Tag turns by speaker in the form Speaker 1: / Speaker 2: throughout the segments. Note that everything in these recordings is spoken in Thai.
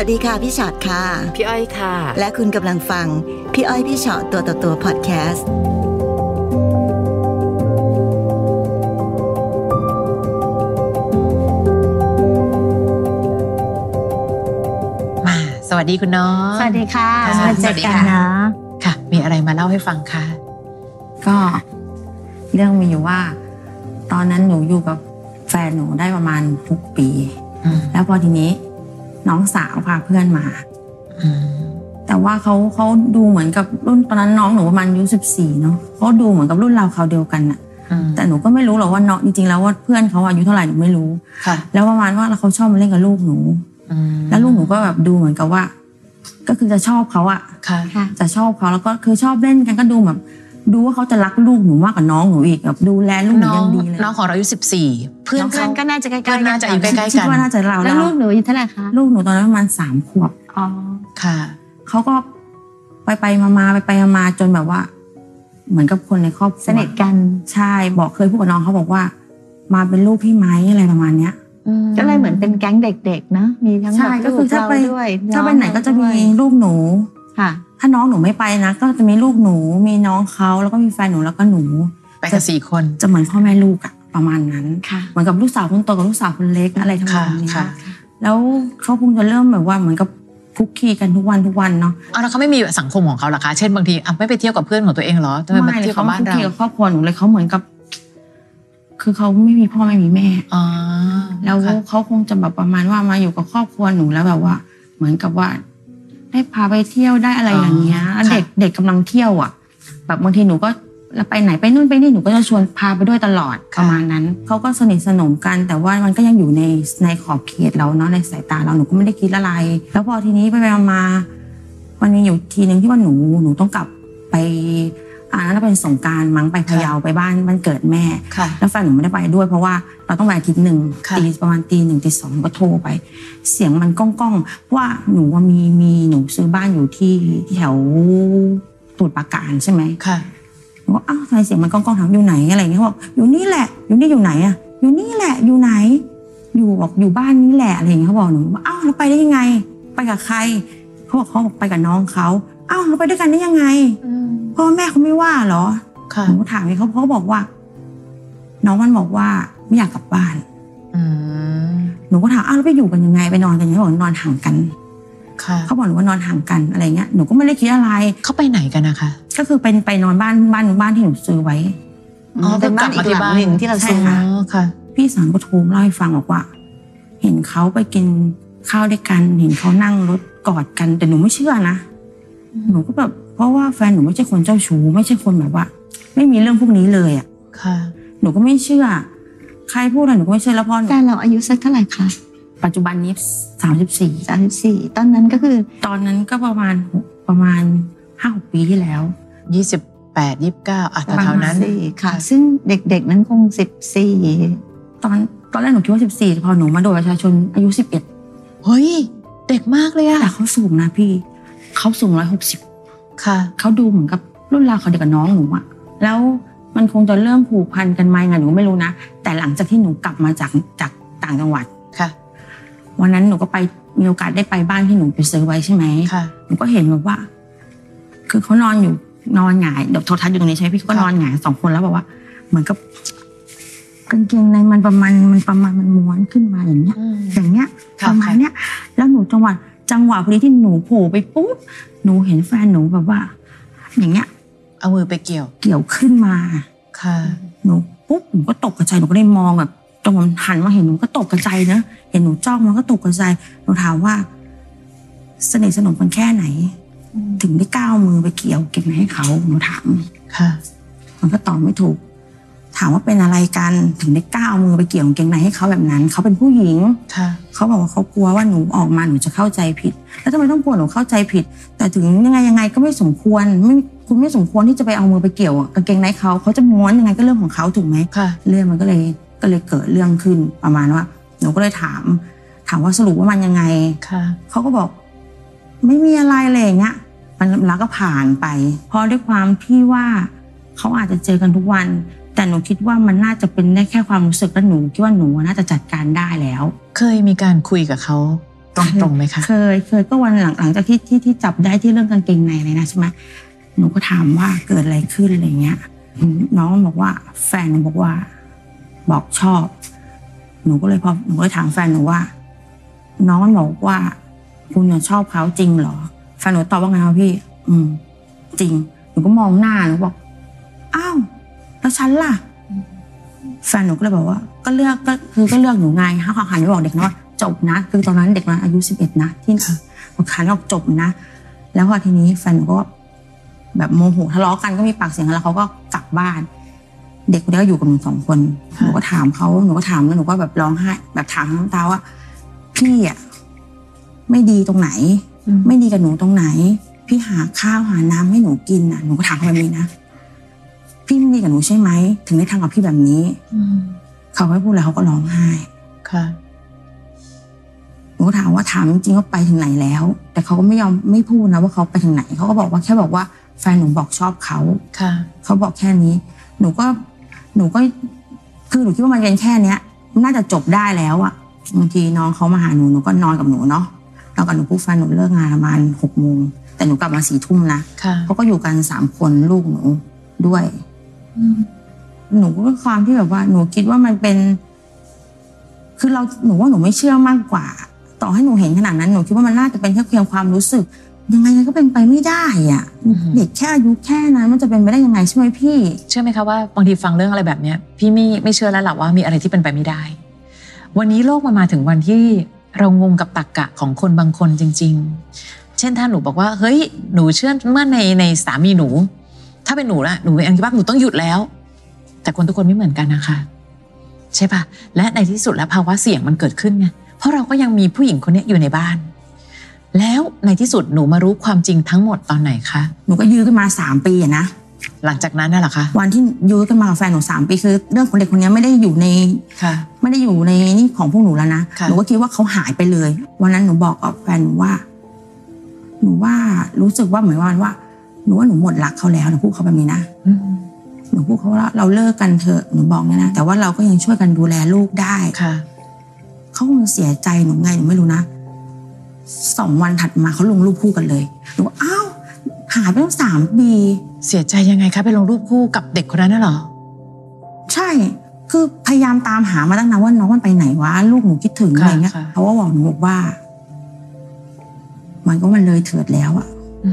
Speaker 1: วัสดีค่ะพี่ชอตค่ะ
Speaker 2: พี่อ้อยค่ะ
Speaker 1: และคุณกำลังฟัง พี่อ้อยพี่ชอตตัวต่อตัวพอดแคสต์
Speaker 3: มาสวัสดีคุณน้อง
Speaker 4: สวัสดีค่ะ
Speaker 3: ค่ะ
Speaker 4: มา
Speaker 3: ส
Speaker 4: เจอกัน
Speaker 3: วัสดีค่ะ
Speaker 4: นะ
Speaker 3: ค่ะ มีอะไรมาเล่าให้ฟังคะ
Speaker 4: ก็เรื่องมีอยู่ว่า ตอนนั้นหนูอยู่กับแฟนหนูได้ประมาณหกปี
Speaker 3: อืม
Speaker 4: แล้วพอทีนี้น้องสาวพาเพื่อนมา
Speaker 3: อืม
Speaker 4: แต่ว่าเขาเขาดูเหมือนกับรุ่นตอนนั้นน้องหนูประมาณอายุสิบสี่เนาะเขาดูเหมือนกับรุ่นเราเขาวเดียวกันน่ะ
Speaker 3: อืม
Speaker 4: แต่หนูก็ไม่รู้หรอกว่าน้องจริงๆแล้วว่าเพื่อนเขาอายุเท่าไหร่หนูไม่รู้
Speaker 3: ค่ะ
Speaker 4: แล้วประมาณว่าเขาชอบมาเล่นกับลูกหนู
Speaker 3: อืม
Speaker 4: แล้วลูกหนูก็แบบดูเหมือนกับว่า ก็คือจะชอบเขาอะ
Speaker 3: ค่ะ
Speaker 4: จะชอบเขาแล้วก็คือชอบเล่นกันก็ดูแบบ ดูว่าเขาจะรักลูกหนูมากกว่าน้องหนูอีกแบบดูแลลูกหนู
Speaker 3: น้อ
Speaker 4: ยัง งดีเลย
Speaker 3: น้องของเราอายุสิบสี่เพื่อน
Speaker 5: เพื่อน
Speaker 3: เขา
Speaker 5: ก็น่าจะใกล้ๆ
Speaker 3: เพื่อนน่าจะอยู่ใกล้ ๆ
Speaker 4: คิด
Speaker 3: น
Speaker 4: ว่าน่าจะเรา
Speaker 5: แล้
Speaker 4: แล้ว ว
Speaker 5: ลูกหนูอายู่เท่าไหร่คะ
Speaker 4: ลูกหนูตอนนั้นประมาณสามขวบ
Speaker 5: อ๋อ
Speaker 3: ค่ะ
Speaker 4: เขาก็ไปไปมามาไปไปมามาจนแบบว่า เหมือนกับคนในครอบครัว
Speaker 5: สนิทกัน
Speaker 4: ใช่บอกเคยพูดกับน้องเขาบอกว่า มาเป็นลูกพี่ไหมอะไรประมาณเนี้ย
Speaker 5: ก็เลยเหมือนเป็นแก๊งเด็กๆนะมีทั้ง
Speaker 4: ใช่
Speaker 5: แบบ
Speaker 4: ก็
Speaker 5: ลู
Speaker 4: คือก ถ้า
Speaker 5: เรา
Speaker 4: ไป
Speaker 5: ด้วย
Speaker 4: ถ้าไป
Speaker 5: อง
Speaker 4: ไหนก็จะมี
Speaker 5: ด้วย
Speaker 4: ลูกหนู
Speaker 5: ค่ะ
Speaker 4: ถ้าน้องหนูไม่ไปนะก็จะมีลูกหนู มีน้องเขาแล้วก็มีแฟนหนูแล้วก็หนู
Speaker 3: ไปกันสี่คน
Speaker 4: จะเหมือนพ่อแม่ลูกอะประมาณนั้น
Speaker 5: ค่ะ
Speaker 4: เหมือนกับลูกสาวคนโตกับลูกสาวคนเล็กอะไรทำนองเนี้ย
Speaker 3: ค่ะ
Speaker 4: แล้วเขาคงจะเริ่มแบบว่าเหมือนกับคุกคีกันทุกวันทุกวันเนาะ
Speaker 3: เอาแล้วเขาไม่มีสังคมของเขาเหรอคะเช่นบางทีอ่ะไม่ไปเที่ยวกับเพื่อนของตัวเองเหรอทำไมมา
Speaker 4: เล
Speaker 3: เที่ย
Speaker 4: ยว
Speaker 3: กับ
Speaker 4: เขา
Speaker 3: บ้าน
Speaker 4: คุก
Speaker 3: เรา
Speaker 4: คีกับครอบครัวหนูเลยเขาเหมือนกับ คือเขาไม่มีพ่อไม่มีแม่
Speaker 3: อ๋อ
Speaker 4: แล้ว
Speaker 3: ค่ะ
Speaker 4: เขาคงจะแบบประมาณว่ามาอยู่กับครอบครัวหนูแล้วแบบว่า เหมือนกับว่า ได้พาไปเที่ยวได้อะไรอย่างเงี้ยแล้วเด็กเด็กกำลังเที่ยวอ่ะ แบบบางทีหนูก็แล้วไปไหนไปนู่นไปนี่หนูก็จะชวนพาไปด้วยตลอดประมาณนั้นเขาก็สนิทสนมกัน แต่ว่ามันก็ยังอยู่ในในขอบเขตเราเนาะในสายตาเราหนูก็ไม่ได้คิดอะไร แล้วพอทีนี้ไปไปมาๆมันมีอยู่ทีหนึ่งที่ว่าหนูหนูต้องกลับไปอ่านั่นนะเป็นสงกรารมั้งไปพะเยาไปบ้านบ้านเกิดแม่
Speaker 3: ค่ะ
Speaker 4: แล้วแฟนหนูไม่ได้ไปด้วยเพราะว่าเราต้องไปอาทิตย์หนึ่ง
Speaker 3: ค่ะ
Speaker 4: ตีประมาณตีหนึ่งตีสองก็โทรไป เสียงมันก้องก้องๆเพราะว่าหนูว่ามีมีหนูซื้อบ้านอยู่ที่แถวตูดปราการใช่ไหม
Speaker 3: ค่ะ
Speaker 4: หนูว่าอ้าวทำไมเสียงมันก้องก้องๆถามอยู่ไหนอะไรอย่างเงี้ยเขาบอกอยู่นี่แหละ อยู่นี่อยู่ไหนอะอยู่นี่แหละอยู่ไหน อยู่บอกอยู่บ้านนี่แหละอะไรอย่างเงี้ยเขาบอกหนูว่าอ้าวเราไปได้ยังไง ไปกับใครเขาบอกเขาบอกไปกับน้องเขาอ้าวเราไปด้วยกันได้ยังไงพ่อแม่เขาไม่ว่าเหรอ
Speaker 3: ค่ะ
Speaker 4: หนูถามไงเขาเขาบอกว่า น้องมันบอกว่าไม่อยากกลับบ้าน
Speaker 3: อืม
Speaker 4: หนูก็ถามอ้าวแล้วไปอยู่กันยังไงไปนอนกันยังไงเขาบอกนอนห่างกัน
Speaker 3: ค่ะ
Speaker 4: เขาบอกหนูว่านอนห่างกันอะไรเงี้ยหนูก็ไม่ได้คิดอะไร
Speaker 3: เขาไปไหนกันนะคะ
Speaker 4: ก็คือเป็นไปนอนบ้านบ้านบ้านที่หนูซื้อไว้
Speaker 3: อ๋อ
Speaker 2: เป็นบ้านอีกหลังหนึ่งที่เรา
Speaker 4: ใช่
Speaker 2: ซื้อ
Speaker 4: ค่ะ
Speaker 3: อ๋อค่ะ
Speaker 4: พี่สาวก็โทรมาเล่าให้ฟังบอกว่า เห็นเขาไปกินข้าวด้วยกันเห็นเขานั่งรถกอดกัน แต่หนูไม่เชื่อนะหนูก็แบบเพราะว่าแฟนหนูไม่ใช่คนเจ้าชู้ไม่ใช่คนแบบว่า ไม่มีเรื่องพวกนี้เลยอ่ะ
Speaker 3: ค่ะ
Speaker 4: หนูก็ไม่เชื่อ ใครพูดอะไรหนูก็ไม่เชื่อแล้วพอหนู
Speaker 5: แต่เราอายุสักเท่าไหร่คะ
Speaker 4: ปัจจุบันนี้สามสิบสี่
Speaker 5: สามสิบสี่ตอนนั้นก็คือ
Speaker 4: ตอนนั้นก็ประมาณหกประมาณห้าหกปีที่แล้ว
Speaker 3: ยี่สิบแปดยี่สิบเก้าอ่ะ
Speaker 4: ประ
Speaker 3: แถ
Speaker 4: มาณ
Speaker 3: วๆนั้น
Speaker 5: สี่ค่ะ ซึ่งเด็กๆนั้นคงสิบสี่
Speaker 4: ตอนตอนแรกหนูคิดว่าสิบสี่พอหนูมาโดดประชาชนอายุสิบเอ็ด
Speaker 3: เฮ้ย เด็กมากเลยอะ
Speaker 4: แต่เขาสูงนะพี่เขาสูงร้อยหกสิบ
Speaker 3: ค่ะ
Speaker 4: เขาดูเหมือนกับรุ่นราวเขาเดียวกับน้องหนูอะแล้วมันคงจะเริ่มผูกพันกันไหมไงหนูก็ไม่รู้นะ แต่หลังจากที่หนูกลับมาจากจากต่างจังหวัด
Speaker 3: ค่ะ
Speaker 4: วันนั้นหนูก็ไปมีโอกาสได้ไปบ้านที่หนูไปซื้อไว้ใช่ไหม
Speaker 3: ค่ะ
Speaker 4: หนูก็เห็นแบบว่า คือเขานอนอยู่นอนหงายเดี๋ยวโทรทัศน์อยู่ตรงนี้ใช่ไหมพี่เขาก็
Speaker 3: ค่ะ
Speaker 4: นอนหงายสองคนแล้วบอกว่า เหมือนกับกางเกงในมันประมาณมันประมาณมันม้วนขึ้นมาอย่างเงี้ย
Speaker 3: อืม
Speaker 4: อย่างเงี้ย
Speaker 3: ค่ะ
Speaker 4: ประมาณ
Speaker 3: ค่ะ
Speaker 4: เนี้ย แล้วหนูจังหวะจังหวะพอดีที่หนูโผล่ไปปุ๊บหนูเห็นแฟนหนูแบบว่า อย่างเงี้ย
Speaker 3: เอามือไปเกี่ยว
Speaker 4: เกี่ยวขึ้นมา
Speaker 3: ค่ะ
Speaker 4: หนูปุ๊บหนูก็ตกกระจายหนูก็ได้มองแบบตรงมันหันมาเห็นหนูก็ตกกระจายนะเห็นหนูจ้องมันก็ตกกระจายหนูถามว่า สนิทสนมกันแค่ไหน ถึงได้ก้าวมือไปเกี่ยวเก็บมาให้เขาหนูถาม
Speaker 3: ค่ะ
Speaker 4: มันก็ตอบไม่ถูก ถามว่าเป็นอะไรกันถึงได้ก้าวมือไปเกี่ยวกางเกงในให้เขาแบบนั้น เขาเป็นผู้หญิง
Speaker 3: ค่ะ
Speaker 4: เขาบอกว่าเขากลัวว่าหนูออกมาหนูจะเข้าใจผิด แล้วทำไมต้องกลัวหนูเข้าใจผิด แต่ถึงยังไงยังไงก็ไม่สมควรไม่คุณไม่สมควรที่จะไปเอามือไปเกี่ยวกางเกงในเขาเขาจะม้วนยังไงก็เรื่องของเขาถูกไหม
Speaker 3: ค่ะ
Speaker 4: เรื่องมันก็เลยก็เลยเกิดเรื่องขึ้นประมาณว่า หนูก็เลยถาม ถามว่าสรุปว่ามันยังไง
Speaker 3: ค่ะ
Speaker 4: เขาก็บอก ไม่มีอะไรอะไรอย่างเงี้ย มันแล้วก็ผ่านไป เพราะด้วยความที่ว่าเขาอาจจะเจอกันทุกวัน แต่หนูคิดว่ามันน่าจะเป็นได้แค่ความรู้สึกและหนูคิดว่าหนูน่าจะจัดการได้แล้ว
Speaker 3: เคยมีการคุยกับเขา ตรงตรงๆไหมคะ
Speaker 4: เคยเคยก็วันหลังหลังจากที่ที่ที่จับได้ที่เรื่องกางเกงในเลยนะใช่ไหมหนูก็ถามว่าเกิดอะไรขึ้นอะไรเงี้ยอืมน้องบอกว่า แฟนหนูบอกว่า บอกชอบ หนูก็เลยพอหนูก็เลยถามแฟนหนูว่า น้องมันบอกว่า คุณน่ะชอบเขาจริงเหรอแฟนหนูตอบว่าไงครับพี่ อืม จริง หนูก็มองหน้าหนูบอกอ้าวแล้วฉันล่ะ แฟนหนูก็เลยบอกว่า ก็เลือกก็คือก็เลือกหนูไงเขาหันไปบอกเด็กน้อยจบนะ คือตอนนั้นเด็กน้อยอายุสิบเอ็ดนะที่บอกหันออกจบนะ แล้วพอทีนี้แฟนหนูก็ แบบโมโหทะเลาะกันก็มีปากเสียงกันแล้วเขาก็กลับบ้าน เด็กคนนี้ก็อยู่กับหนูสองคนห
Speaker 3: ค่ะ
Speaker 4: นูก็ถามเขาหนูก็ถามแล้วหนูก็แบบร้องไห้แบบถามน้ำตาว่า พี่อ่ะไม่ดีตรงไหน
Speaker 5: อืม
Speaker 4: ไม่ดีกับหนูตรงไหน พี่หาข้าวหาน้ำให้หนูกินอ่ะหนูก็ถามเขาแบบนี้นะพี่ไม่ดีกับหนูใช่ไหมถึงได้ทำกับพี่แบบนี้ เขาไม่พูดแล้วเขาก็ร้องไห้
Speaker 3: ค่ะ
Speaker 4: หนูก็ถามว่าถามจริงๆว่าไปถึงไหนแล้ว แต่เขาก็ไม่ยอมไม่พูดนะว่าเขาไปถึงไหน เขาก็บอกว่าแค่บอกว่าแฟนหนูบอกชอบเขา
Speaker 3: ค่ะ
Speaker 4: เขาบอกแค่นี้ หนูก็ หนูก็ คือหนูคิดว่ามันเป็นแค่เนี้ย น่าจะจบได้แล้วอะบางทีน้องเขามาหาหนู หนูก็นอนกับหนูเนาะนอนกับหนูผู้แฟนหนูเลิกงานประมาณหกโมง แต่หนูกลับมาสี่ทุ่มนะ
Speaker 3: ค่ะ
Speaker 4: เขาก็อยู่กันสามคนลูกหนูด้วย หนูก็ด้วยความที่แบบว่า หนูคิดว่ามันเป็น คือเราหนูว่าหนูไม่เชื่อมากกว่า ต่อให้หนูเห็นขนาดนั้นหนูคิดว่ามันน่าจะเป็นแค่เพียงความรู้สึก ยังไงก็เป็นไปไม่ได้อ่ะ
Speaker 3: อือหือ
Speaker 4: เด็กแค่อายุแค่นั้นมันจะเป็นไปได้ยังไงใช่ไหมพี่
Speaker 3: เชื่อไหมคะว่าบางทีฟังเรื่องอะไรแบบเนี้ยพี่ไม่ไม่เชื่อแล้วแหละว่ามีอะไรที่เป็นไปไม่ได้ วันนี้โลกมันมาถึงวันที่เรางงกับตรกกะของคนบางคนจริง ๆ เช่นถ้าหนูบอกว่า เฮ้ยหนูเชื่อมั่นในในสามีหนู ถ้าเป็นหนูละหนูเองคิดว่าหนูต้องหยุดแล้ว แต่คนทุกคนไม่เหมือนกันนะคะ ใช่ปะและในที่สุดแล้วภาวะเสี่ยงมันเกิดขึ้นไงเพราะเราก็ยังมีผู้หญิงคนเนี้ยอยู่ในบ้าน แล้วในที่สุดหนูมารู้ความจริงทั้งหมดตอนไหนคะ
Speaker 4: หนูก็ยื้อกันมาสามปีอะนะ
Speaker 3: หลังจากนั้นน่ะเหรอคะ
Speaker 4: วันที่ยื้อกันมากับแฟนหนูสามปีคือ เรื่องของเด็กคนนี้ไม่ได้อยู่ใน
Speaker 3: ค่ะ
Speaker 4: ไม่ได้อยู่ในนี่ของพวกหนูแล้วนะ
Speaker 3: ค่ะ
Speaker 4: หนูก็คิดว่าเขาหายไปเลย วันนั้นหนูบอกกับแฟนหนูว่า หนูว่ารู้สึกว่าเหมือนว่าว่า หนูว่าหนูหมดรักเขาแล้วหนูพูดเขาแบบนี้นะ
Speaker 3: อืม
Speaker 4: หนูพูดเขาว่าเราเลิกกันเถอะ หนูบอกเนี่ยนะ แต่ว่าเราก็ยังช่วยกันดูแลลูกได้
Speaker 3: ค่ะ
Speaker 4: เขาคงเสียใจหนูไงหนูไม่รู้นะสองวันถัดมาเขาลงรูปคู่กันเลย หนูว่าอ้าวหายไปตั้งสามปี
Speaker 3: เสียใจยังไงคะไปลงรูปคู่กับเด็กคนนั้นน่ะเหรอ
Speaker 4: ใช่ คือพยายามตามหามาตั้งนานว่าน้องมันไปไหนวะ ลูกหนูคิดถึง
Speaker 3: ค่ะ
Speaker 4: อะไรเงี้ย
Speaker 3: ค่ะ
Speaker 4: เพราะว่าบอกหนูบอกว่า มันก็มันเลยเถิดแล้วอะ
Speaker 3: อื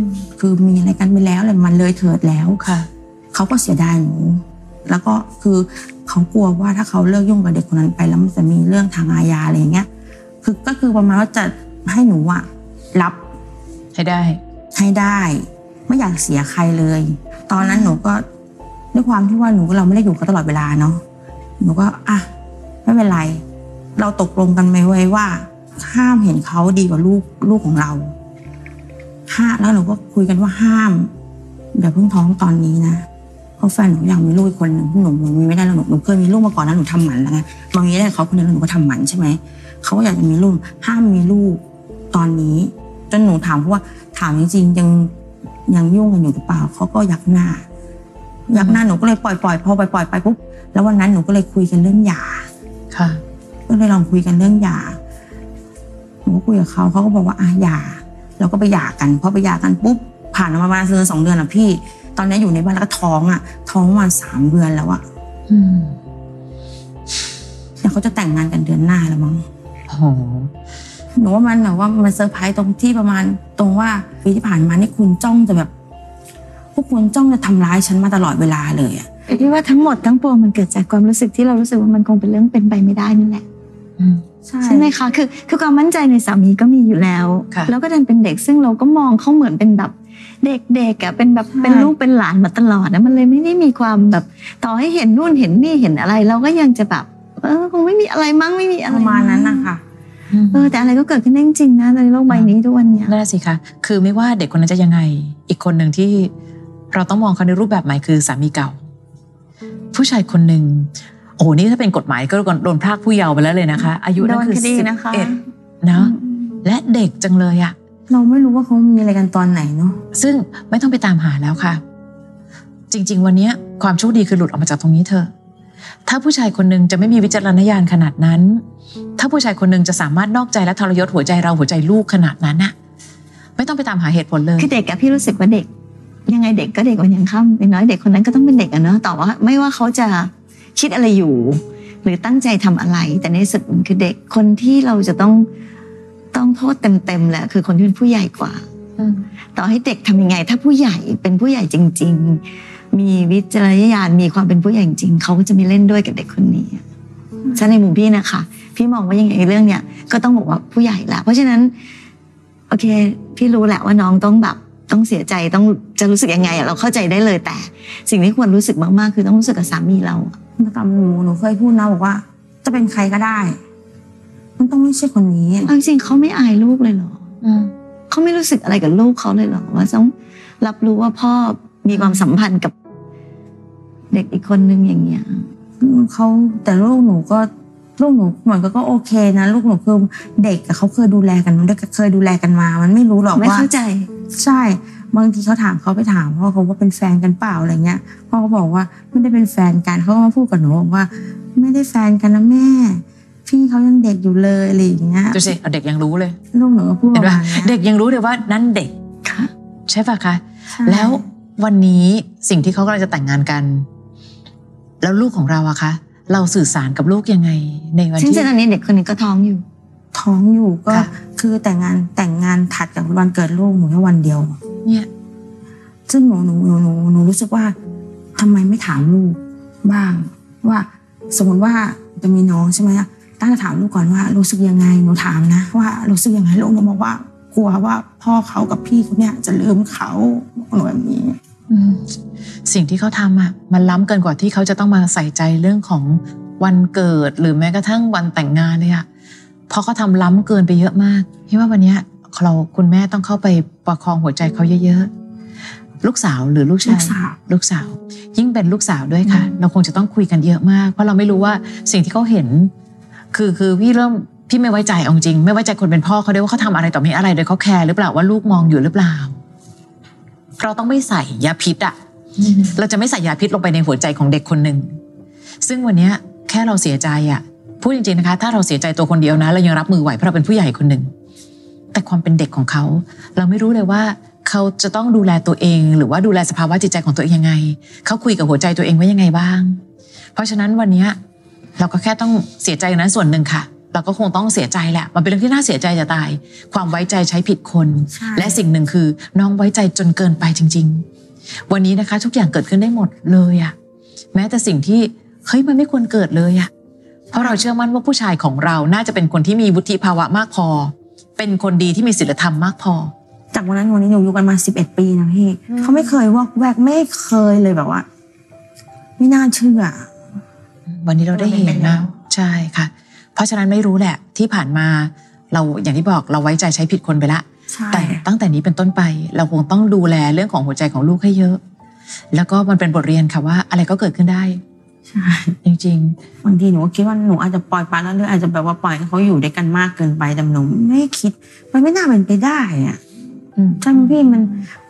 Speaker 3: ม
Speaker 4: คือมีอะไรกันไปแล้วเลยมันเลยเถิดแล้ว
Speaker 3: ค่ะ
Speaker 4: เขาก็เสียดายหนู แล้วก็คือเขากลัวว่าถ้าเขาเลิกยุ่งกับเด็กคนนั้นไปแล้วมันจะมีเรื่องทางอาญาอะไรเงี้ย คือก็คือประมาณว่าจะให้หนูอะรับ
Speaker 3: ให้ได้
Speaker 4: ให้ได้ไม่อยากเสียใครเลย ตอนนั้นหนูก็ด้วยความที่ว่าหนูเราไม่ได้อยู่กันตลอดเวลาเนาะหนูก็อ่ะไม่เป็นไร เราตกลงกันไหมไว้ว่า ห้ามเห็นเขาดีกว่าลูกลูกของเราห้าแล้วหนูก็คุยกันว่าห้ามอย่าเพิ่งท้องตอนนี้นะเพราะแฟนหนูอยากมีลูกอีกคนหนึ่งหนูหนูมีไม่ได้แล้วหนูหนูเคยมีลูกมาก่อนแล้วหนูทำหมันแล้วไงมามีได้กับเขาคนเดียวแล้วหนูก็ทำหมันใช่ไหมเขาก็อยากจะมีลูกห้ามมีลูกตอนนี้ จนหนูถามเขาว่าถามจริงๆยังยังยุ่งกันอยู่หรือเปล่าเขาก็ยักหน้า ยักหน้าหนูก็เลยปล่อยปล่อยพอปล่อยปล่อยไปปุ๊บแล้ววันนั้นหนูก็เลยคุยกันเรื่องหย่า
Speaker 3: ค่ะ
Speaker 4: ก็เลยลองคุยกันเรื่องหย่า หนูก็คุยกับเขาเขาก็บอกว่าอ่ะหย่า เราก็ไปหย่ากัน พอไปหย่ากันปุ๊บ ผ่านมาประมาณเดือนสองเดือนอะพี่ ตอนนี้อยู่ในบ้านแล้วก็ท้องอะท้องประมาณสามเดือนแล้วอะ
Speaker 3: อืม
Speaker 4: แต่เขาจะแต่งงานกันเดือนหน้าแล้วมั้ง
Speaker 3: โอ้โห
Speaker 4: หนูว่ามันแบบว่ามันเซอร์ไพรส์ตรงที่ประมาณตรงว่าปีที่ผ่านมานี่คุณจ้องจะแบบ พวกคุณจ้องจะทำร้ายฉันมาตลอดเวลาเลยอะ
Speaker 5: ไอ้ที่ว่าทั้งหมดทั้งปวงมันเกิดจากความรู้สึกที่เรารู้สึกว่ามันคงเป็นเรื่องเป็นไปไม่ได้นั่นแหละ
Speaker 3: อืม
Speaker 4: ใช่
Speaker 5: ใช่ไหมคะคือคือความมั่นใจในสามีก็มีอยู่แล้ว
Speaker 3: ค่ะ
Speaker 5: แล้วก็ดันเป็นเด็กซึ่งเราก็มองเขาเหมือนเป็นแบบเด็กๆอ่ะเป็นแบบ
Speaker 4: ใช่
Speaker 5: เป็นลูกเป็นหลานมาตลอดนะมันเลยไม่ได้มีความแบบต่อให้เห็นนู่นเห็นนี่เห็นอะไร เราก็ยังจะแบบเออคงไม่มีอะไรมั้งไม่มีอะไร
Speaker 4: ประมาณนั้น
Speaker 5: ง
Speaker 4: นะคะ
Speaker 5: เออแต่อะไรก็เกิดขึ้นได้จริงๆนะในโลกใบนี้ทุกวันเนี้ย
Speaker 3: นั่นนะสิคะ คือไม่ว่าเด็กคนนั้นจะยังไง อีกคนหนึ่งที่เราต้องมองเขาในรูปแบบใหม่คือสามีเก่า ผู้ชายคนหนึ่ง โอ้โหนี่ถ้าเป็นกฎหมายก็โดนพรากผู้เยาว์ไปแล้วเลยนะคะ อายุนั่นคือ
Speaker 5: โดดี
Speaker 3: สิบ
Speaker 5: นะคะ
Speaker 3: เอ็ดนะ และเด็กจังเลยอะ
Speaker 4: เราไม่รู้ว่าเขามีอะไรกันตอนไหนเนาะ
Speaker 3: ซึ่งไม่ต้องไปตามหาแล้วค่ะ จริง ๆ วันเนี้ยความโชคดีคือหลุดออกมาจากตรงนี้เธอะถ้าผู้ชายคนหนึ่งจะไม่มีวิจารณญาณขนาดนั้น ถ้าผู้ชายคนหนึ่งจะสามารถนอกใจและทรยศหัวใจเราหัวใจลูกขนาดนั้นน่ะ ไม่ต้องไปตามหาเหตุผลเลย
Speaker 5: คือเด็กอะพี่รู้สึกว่าเด็ก ยังไงเด็กก็เด็กวันยังค่ำอย่างน้อยเด็กคนนั้นก็ต้องเป็นเด็กอะเนาะต่อว่าไม่ว่าเขาจะคิดอะไรอยู่ หรือตั้งใจทำอะไร แต่ในที่สุดมันคือเด็กคนที่เราจะต้องต้องโทษเต็มๆแหละคือคนที่เป็นผู้ใหญ่กว่า ต่อให้เด็กทำยังไง ถ้าผู้ใหญ่เป็นผู้ใหญ่จริง ๆ มีวิจารณญาณมีความเป็นผู้ใหญ่จริงเขาก็จะไม่เล่นด้วยกับเด็กคนนี้ฉันในมุมพี่นะคะ พี่มองว่ายังไงเรื่องเนี้ยก็ต้องบอกว่าผู้ใหญ่ละเพราะฉะนั้น โอเค พี่รู้แหละว่าน้องต้องแบบต้องเสียใจต้องจะรู้สึกยังไงอะเราเข้าใจได้เลยแต่ สิ่งที่ควรรู้สึกมากๆ คือต้องรู้สึกกับสามีเรา
Speaker 4: แล้วกับหนูหนูเคยพูดนะบอกว่า จะเป็นใครก็ได้ มันต้องไม่ใช่คนนี้
Speaker 5: เอาจริงๆเขาไม่อายลูกเลยเหรอ เขาไม่รู้สึกอะไรกับลูกเขาเลยเหรอว่าต้องรับรู้ว่าพ่อมีความสัมพันธ์กับเด็กอีกคนนึงอย่างเงี้ย
Speaker 4: เขาแต่ลูกหนูก็ลูกหนูเหมือนก็ก็โอเคนะ ลูกหนูคือเด็กกับเขาเคยดูแลกันมาด้วยกันเคยดูแลกันมา มันไม่รู้หรอก
Speaker 5: ไม่
Speaker 4: ว่า
Speaker 5: เข้าใจ
Speaker 4: ใช่ บางทีเขาถามเขาไปถามพ่อเขาว่าเป็นแฟนกันเปล่าอะไรเงี้ยพ่อเขาบอกว่าไม่ได้เป็นแฟนกันเขาก็มาพูดกับหนูบอกว่า ไม่ได้แฟนกันนะแม่ พี่เขายังเด็กอยู่เลยอะไรอย่างเงี้ย
Speaker 3: ดูสิเอาเด็กยังรู้เลย
Speaker 4: ลูกหนูก็พูดป
Speaker 3: เห็น
Speaker 4: ระ
Speaker 3: ป่ะ
Speaker 4: มาณเนี้ย
Speaker 3: เด็กยังรู้เลยว่านั่นเด็ก
Speaker 5: ค่ะ
Speaker 3: ใช่ป่ะคะ
Speaker 4: ใช่
Speaker 3: แล้ววันนี้สิ่งที่เขากำลังจะแต่งงานกัน แล้วลูกของเราอะคะ เราสื่อสารกับลูกยังไง ในวัน
Speaker 5: ซึ่ง
Speaker 3: ที่
Speaker 5: ตอนนี้เด็กคนนี้ก็ท้องอยู่
Speaker 4: ท้องอยู่ก็
Speaker 3: ค่ะ
Speaker 4: คือแต่งงานแต่งงานถัดจากวันเกิดลูกหนูแค่วันเดียว
Speaker 3: เนี่ย
Speaker 4: ซึ่งหนูหนูหนูหนูหนูรู้สึกว่าทำไมไม่ถามลูกบ้าง ว่าสมมติว่าจะมีน้องใช่ไหมตั้งแต่ถามลูกก่อนว่ารู้สึกยังไงหนูถามนะ ว่ารู้สึกยังไงลูกหนูบอกว่ากลัวว่าพ่อเขากับพี่เขาเนี่ยจะลืมเขาหนูแบบนี้
Speaker 3: อืมสิ่งที่เขาทำอะมันล้ำเกินกว่าที่เขาจะต้องมาใส่ใจเรื่องของวันเกิดหรือแม้กระทั่งวันแต่งงานเลยอะเพราะเขาทำล้ำเกินไปเยอะมากพี่ว่าวันเนี้ยเราคุณแม่ต้องเข้าไปประคองหัวใจเขาเยอะๆลูกสาวหรือลูก
Speaker 4: ลู
Speaker 3: ชาก ย
Speaker 4: สาว
Speaker 3: ลูกสาว ยิ่งเป็นลูกสาวด้วยค่ะ เราคงจะต้องคุยกันเยอะมาก เพราะเราไม่รู้ว่าสิ่งที่เขาเห็น คือคือพี่เริ่มพี่ไม่ไว้ใจเอาจริง ไม่ไว้ใจคนเป็นพ่อเขาด้วยว่าเขาทำอะไรต่อมีอะไรโดยเขาแคร์หรือเปล่าว่าลูกมองอยู่หรือเปล่า เราต้องไม่ใส่ยาพิษอะเราจะไม่ใส่ยาพิษลงไปในหัวใจของเด็กคนหนึ่งซึ่งวันเนี้ยแค่เราเสียใจอะพูดจริงๆนะคะ ถ้าเราเสียใจตัวคนเดียวนะเรายังรับมือไหวเพราะเราเป็นผู้ใหญ่คนหนึ่งแต่ความเป็นเด็กของเขา เราไม่รู้เลยว่าเขาจะต้องดูแลตัวเอง หรือว่าดูแลสภาวะจิตใจของตัวเองยังไง เขาคุยกับหัวใจตัวเองไว้ยังไงบ้าง เพราะฉะนั้นวันเนี้ยเราก็แค่ต้องเสียใจนะส่วนหนึ่งค่ะ เราก็คงต้องเสียใจแหละ มันเป็นเรื่องที่น่าเสียใจจะตาย ความไว้ใจใช้ผิดคน
Speaker 4: ใช่
Speaker 3: และสิ่งหนึ่งคือน้องไว้ใจจนเกินไปจริง ๆ วันนี้นะคะ ทุกอย่างเกิดขึ้นได้หมดเลยอะแม้แต่สิ่งที่เฮ้ยมันไม่ควรเกิดเลยอะเพราะเราเชื่อมั่นว่าผู้ชายของเราน่าจะเป็นคนที่มีวุฒิภาวะมากพอ เป็นคนดีที่มีศีลธรรมมากพอ
Speaker 4: จากวันนั้นวันนี้หนูอยู่กันมาสิบเอ็ดปีนะพี่เขาไม่เคยวอกแวกไม่เคยเลยแบบว่า ไม่น่าเชื่อ
Speaker 3: วันนี้เราได้
Speaker 4: มัน
Speaker 3: เห็
Speaker 4: เป็น นไปแล้
Speaker 3: นะ
Speaker 4: ว
Speaker 3: ใช่ค่ะ เพราะฉะนั้นไม่รู้แหละที่ผ่านมาเราอย่างที่บอกเราไว้ใจใช้ผิดคนไปละ
Speaker 4: ใช่
Speaker 3: แต่ตั้งแต่นี้เป็นต้นไป เราคงต้องดูแลเรื่องของหัวใจของลูกให้เยอะ แล้วก็มันเป็นบทเรียนค่ะว่า อะไรก็เกิดขึ้นได้
Speaker 4: ใช่
Speaker 3: จริง
Speaker 4: บางทีหนูก็คิดว่าหนูอาจจะปล่อยปละละเลยอาจจะแบบว่าปล่อยให้เขาอยู่ด้วยกันมากเกินไปแต่หนูไม่คิด มันไม่น่าเป็นไปได้อะ
Speaker 3: ๆ อืม
Speaker 4: ใช่ไหมพี่มัน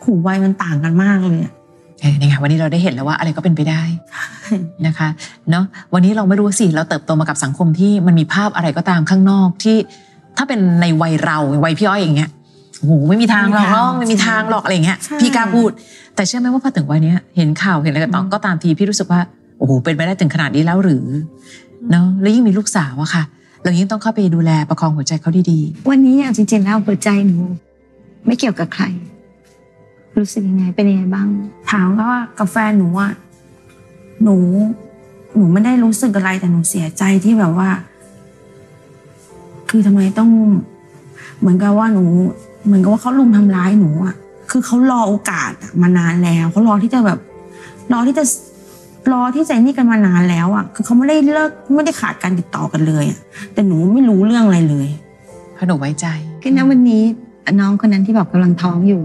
Speaker 4: ขู่ไวมันต่างกันมากเลยอะ
Speaker 3: เออนี่ค่ะวันนี้เราได้เห็นแล้วว่าอะไรก็เป็นไปได้นะคะเนาะวันนี้เราไม่รู้สิเราเติบโตมากับสังคมที่มันมีภาพอะไรก็ตามข้างนอกที่ ถ้าเป็นในวัยเราวัยพี่อ้อยอย่างเงี้ยโอ้โหไม่มีทางหรอกน้องไม่มีทางหรอกอะไรอย่างเงี้ย
Speaker 4: ใช่
Speaker 3: พี่กล้าพูด แต่เชื่อไหมว่าพอถึงวันเนี้ยเห็นข่าวเห็นอะไรก็ตาม
Speaker 4: อืม
Speaker 3: ก็ตามทีพี่รู้สึกว่าโอ้โหเป็นไปได้ถึงขนาดนี้แล้วหรือเนาะแล้วยิ่งมีลูกสาวอะค่ะ เรายิ่งต้องเข้าไปดูแลประคองหัวใจเขาดี
Speaker 5: วันนี้เอาจริงๆแล้วหัวใจหนู ไม่เกี่ยวกับใคร รู้สึกยังไงเป็นยังไงบ้าง
Speaker 4: ถามก็ว่ากาแฟนหนูอะหนู หนูไม่ได้รู้สึกอะไรแต่หนูเสียใจที่แบบว่า คือทำไมต้อง เหมือนกับว่าหนู เหมือนกับว่าเขาลุมทำร้ายหนูอะคือเขารอโอกาสอะมานานแล้วเขารอที่จะแบบ รอที่จะรอที่จะนี่กันมานานแล้วอะคือเขาไม่ได้เลิกไม่ได้ขาดการติดต่อกันเลยอะแต่หนูไม่รู้เรื่องอะไรเลย
Speaker 3: ๆเพราะหนูไว้ใจ
Speaker 5: คือณวันนี้น้องคนนั้นที่บอกกำลังท้องอยู่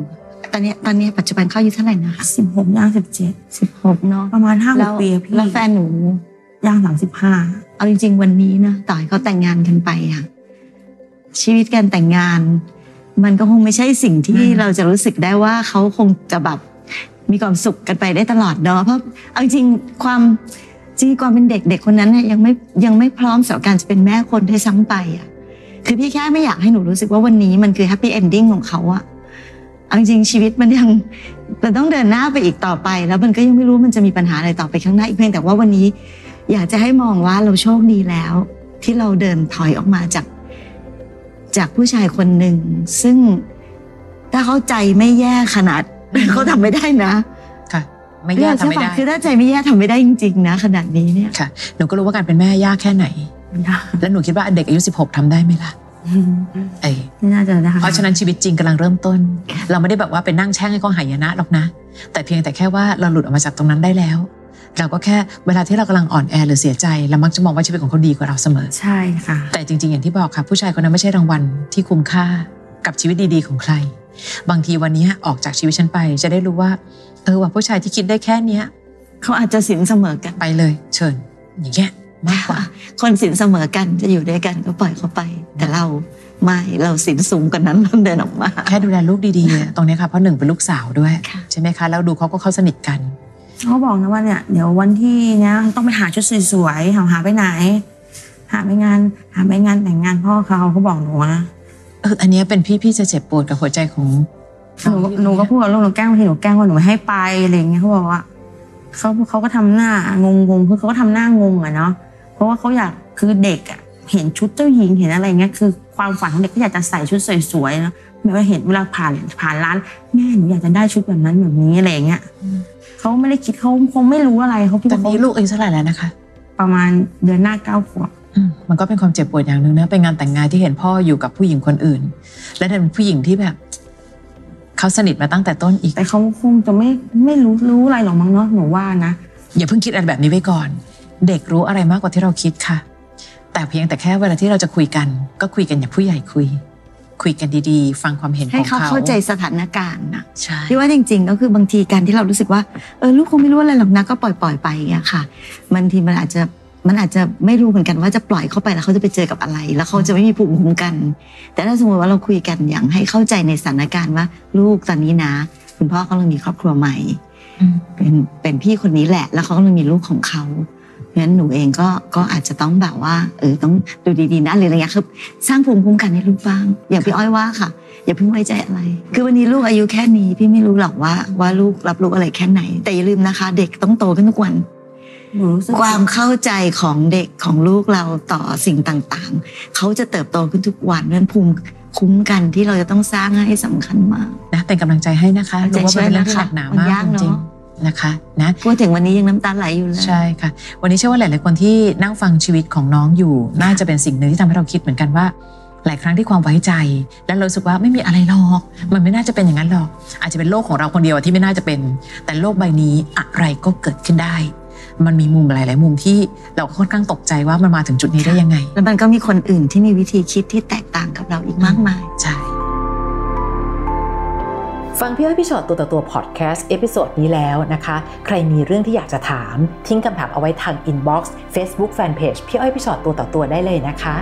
Speaker 5: ตอนเนี้ยตอนเนี้ยปัจจุบันเขาอายุเท่าไหร่นะคะ
Speaker 4: สิบหกย่างสิบเจ็ด
Speaker 5: สิบหกเนาะ
Speaker 4: ประมาณห้าห
Speaker 5: แล้ว
Speaker 4: กปีอะพี่
Speaker 5: แล้วแฟนหนู
Speaker 4: ย่างสามสิบ ห้า
Speaker 5: เอาจริงๆ วันนี้นะต่อให้เขาแต่งงานกันไปอะชีวิตการแต่งงาน มันก็คงไม่ใช่สิ่งที่
Speaker 4: อืม
Speaker 5: เราจะรู้สึกได้ว่าเขาคงจะแบบมีความสุขกันไปได้ตลอดเนาะเพราะเอาจริงๆความ จริงๆความเป็นเด็กเด็กคนนั้นเนี่ยยังไม่ยังไม่พร้อมสำหรับการจะเป็นแม่คนได้วยซ้ำไปอ่ะคือพี่แค่ไม่อยากให้หนูรู้สึกว่าวันนี้มันคือแฮปปี้เอนดิ้งของเขาอ่ะเอาจริงๆชีวิตมันยังมันต้องเดินหน้าไปอีกต่อไป แล้วมันก็ยังไม่รู้มันจะมีปัญหาอะไรต่อไปข้างหน้าอีกเพียงแต่ว่าวันนี้ อยากจะให้มองว่าเราโชคดีแล้ว ที่เราเดินถอยออกมาจาก จากผู้ชายคนหนึ่งซึ่งถ้าเขาใจไม่แย่ขนาด เขาทำไม่ได้นะ
Speaker 3: ค่ะ ไม่ยากทำไม่
Speaker 5: เออใช่
Speaker 3: ได้
Speaker 5: ปะคือถ้าใจไม่แย่ทำไม่ได้จริงๆนะขนาดนี้เนี่ย
Speaker 3: ค่ะหนูก็รู้ว่าการเป็นแม่ยากแค่ไหน
Speaker 4: ไม่ได้
Speaker 3: แล้วหนูคิดว่าเด็กอายุ 16ทำได้ไหมล่ะเออ
Speaker 4: ไม่น่าจะได้
Speaker 3: เพราะฉะนั้นชีวิตจริงกำลังเริ่มต้น เราไม่ได้แบบว่าไปนั่งแช่งให้เขาหายนะหรอกนะ แต่เพียงแต่แค่ว่าเราหลุดออกมาจากตรงนั้นได้แล้ว เราก็แค่เวลาที่เรากำลังอ่อนแอหรือเสียใจเรามักจะมองว่าชีวิตของเขาดีกว่าเราเสมอ
Speaker 4: ใช่ค่ะ
Speaker 3: แต่จริงๆ อย่างที่บอกค่ะ ผู้ชายคนนั้นไม่ใช่รางวัลที่คุ้มค่ากับชีวิตดีๆ ของใคร บางทีวันนี้ออกจากชีวิตฉันไปจะได้รู้ว่า เออว่าผู้ชายที่คิดได้แค่เนี้ย
Speaker 5: เขาอาจจะสินเสมอกัน
Speaker 3: ไปเลย เชิญ อย่างเงี้ยมากกว่า
Speaker 5: คนสินเสมอกันจะอยู่ด้วยกันก็ปล่อยเขาไป แต่เราไม่เราสินสูงกว่านั้นเราเดินออกมา
Speaker 3: แค่ดูแลลูกดีๆ ตรงเนี้ยค่ะเพราะหนึ่งเป็นลูกสาวด้วย
Speaker 5: ค่ะ
Speaker 3: ใช่ไหมคะ แล้วดูเขาก็เข้าสนิทกัน
Speaker 4: เขาบอกนะว่าเนี่ยเดี๋ยววันที่เนี้ยต้องไปหาชุดสวยๆถามหาไปไหน หาไปงาน หาไปงานแต่งงานพ่อเขาเขาบอกหนูนะ
Speaker 3: เอออันเนี้ยเป็นพี่พี่จะเจ็บปวดกับหัวใจของ
Speaker 4: หนูหนูก็พูดกับลูกหนูแกล้งบางทีหนูแกล้งว่าหนูให้ไปอะไรอย่างเงี้ยเขาบอกว่าเขาเขาก็ทำหน้างงงๆคือเขาก็ทำหน้างงอะเนาะเพราะว่าเขาอยากคือเด็กอะเห็นชุดเจ้าหญิงเห็นอะไรอย่างเงี้ยคือความฝันของเด็กก็อยากจะใส่ชุดสวยๆเนาะไม่ว่าเห็นเวลาผ่านผ่านร้านแม่หนูอยากจะได้ชุดแบบนั้นแบบนี้อะไรอย่างเงี้ยเขาไม่ได้คิดเขาคงไม่รู้อะไรเขาคิด
Speaker 3: ตอน
Speaker 4: ว่าเขา
Speaker 3: นี้ลูกอายุเท่าไหร่แล้วนะคะ
Speaker 4: ประมาณเดือนหน้าเก้าขวบ
Speaker 3: อืมมันก็เป็นความเจ็บปวดอย่างหนึ่งนะเป็นงานแต่งงานที่เห็นพ่ออยู่กับผู้หญิงคนอื่น และดันเป็นผู้หญิงที่แบบเขาสนิทมาตั้งแต่ต้นอีก
Speaker 4: แต่เขาคงจะไม่ไม่รู้รู้อะไรหรอกมั้งเนาะหนูว่านะ
Speaker 3: อย่าเพิ่งคิดอะไรแบบนี้ไว้ก่อน เด็กรู้อะไรมากกว่าที่เราคิดค่ะ แต่เพียงแต่แค่เวลาที่เราจะคุยกัน ก็คุยกันอย่างผู้ใหญ่คุย คุยกันดีๆ ฟังความเห็นข
Speaker 5: ให้
Speaker 3: อง
Speaker 5: เขา
Speaker 3: เขา
Speaker 5: เข้าใจสถานการณ์นะ
Speaker 3: ใช่
Speaker 5: พี่ว่าจริงๆ ก็คือบางทีการที่เรารู้สึกว่าเออลูกคงไม่รู้อะไรหรอกนะก็ปล่อยปล่อยๆไปอย่างเงี้ยค่ะบางทีมันอาจจะมันอาจจะไม่รู้เหมือนกันว่าจะปล่อยเขาไปแล้วเขาจะไปเจอกับอะไร แล้วเขาจะไม่มีภูมิคุ้มกัน แต่ถ้าสมมติว่าเราคุยกันอย่างให้เข้าใจในสถานการณ์ว่า ลูกตอนนี้นะ คุณพ่อกำลังมีครอบครัวใหม่
Speaker 3: อืม
Speaker 5: เป็นเป็นพี่คนนี้แหละ แล้วเขากำลังมีลูกของเขาเพราะฉะนั้นหนูเองก็ก็อาจจะต้องแบบว่า เออต้องดูดีๆนะหรืออะไรเงี้ยคือสร้างภูมิคุ้มกันให้ลูกบ้าง อย่างพี่อ้อยว่าค่ะ อย่าเพิ่งไว้ใจอะไร คือวันนี้ลูกอายุแค่นี้พี่ไม่รู้หรอกว่าว่าลูกรับรู้อะไรแค่ไหน แต่อย่าลืมนะคะ เด็กต้องโตขึ้นทุกวัน
Speaker 4: หนูรู้สึก
Speaker 5: ความเข้าใจของเด็กของลูกเราต่อสิ่งต่างๆ เขาจะเติบโตขึ้นทุกวันเพราะฉะนั้นภูมิคุ้มกันที่เราจะต้องสร้างให้สำคัญมาก
Speaker 3: นะเป็นกำลังใจให้นะคะรู้ว่าเป็นเรื่องที่หนักหนา
Speaker 5: มัน
Speaker 3: มาก
Speaker 5: ยาก
Speaker 3: จ
Speaker 5: เนอะ
Speaker 3: ริงๆนะคะนะ
Speaker 5: พูดถึงวันนี้ยังน้ำตาไหลอยู่เลย
Speaker 3: ใช่ค่ะ วันนี้เชื่อว่าหลาย ๆ คนที่นั่งฟังชีวิตของน้องอยู่ น่าจะเป็นสิ่งหนึ่งที่ทำให้เราคิดเหมือนกันว่า หลายครั้งที่ความไว้ใจ แล้วเรารู้สึกว่าไม่มีอะไรหรอก มันไม่น่าจะเป็นอย่างนั้นหรอก อาจจะเป็นโลกของเราคนเดียวที่ไม่น่าจะเป็น แต่โลกใบนี้อะไรก็เกิดขึ้นได้ มันมีมุมหลาย ๆ มุมที่เราค่อนข้างตกใจว่ามันมาถึงจุดนี้ได้ยังไง
Speaker 5: แล้วมันก็มีคนอื่นที่มีวิธีคิดที่แตกต่างกับเราอีกมากมาย
Speaker 3: ใช่
Speaker 2: ฟังพี่อ้อยพี่ชอตตัวต่อตัวพอดแคสต์เอพิโซดนี้แล้วนะคะ ใครมีเรื่องที่อยากจะถาม ทิ้งคำถามเอาไว้ทางอินบ็อกซ์เฟซบุ๊กแฟนเพจพี่อ้อยพี่ชอตตัวต่อตัวได้เลยนะคะ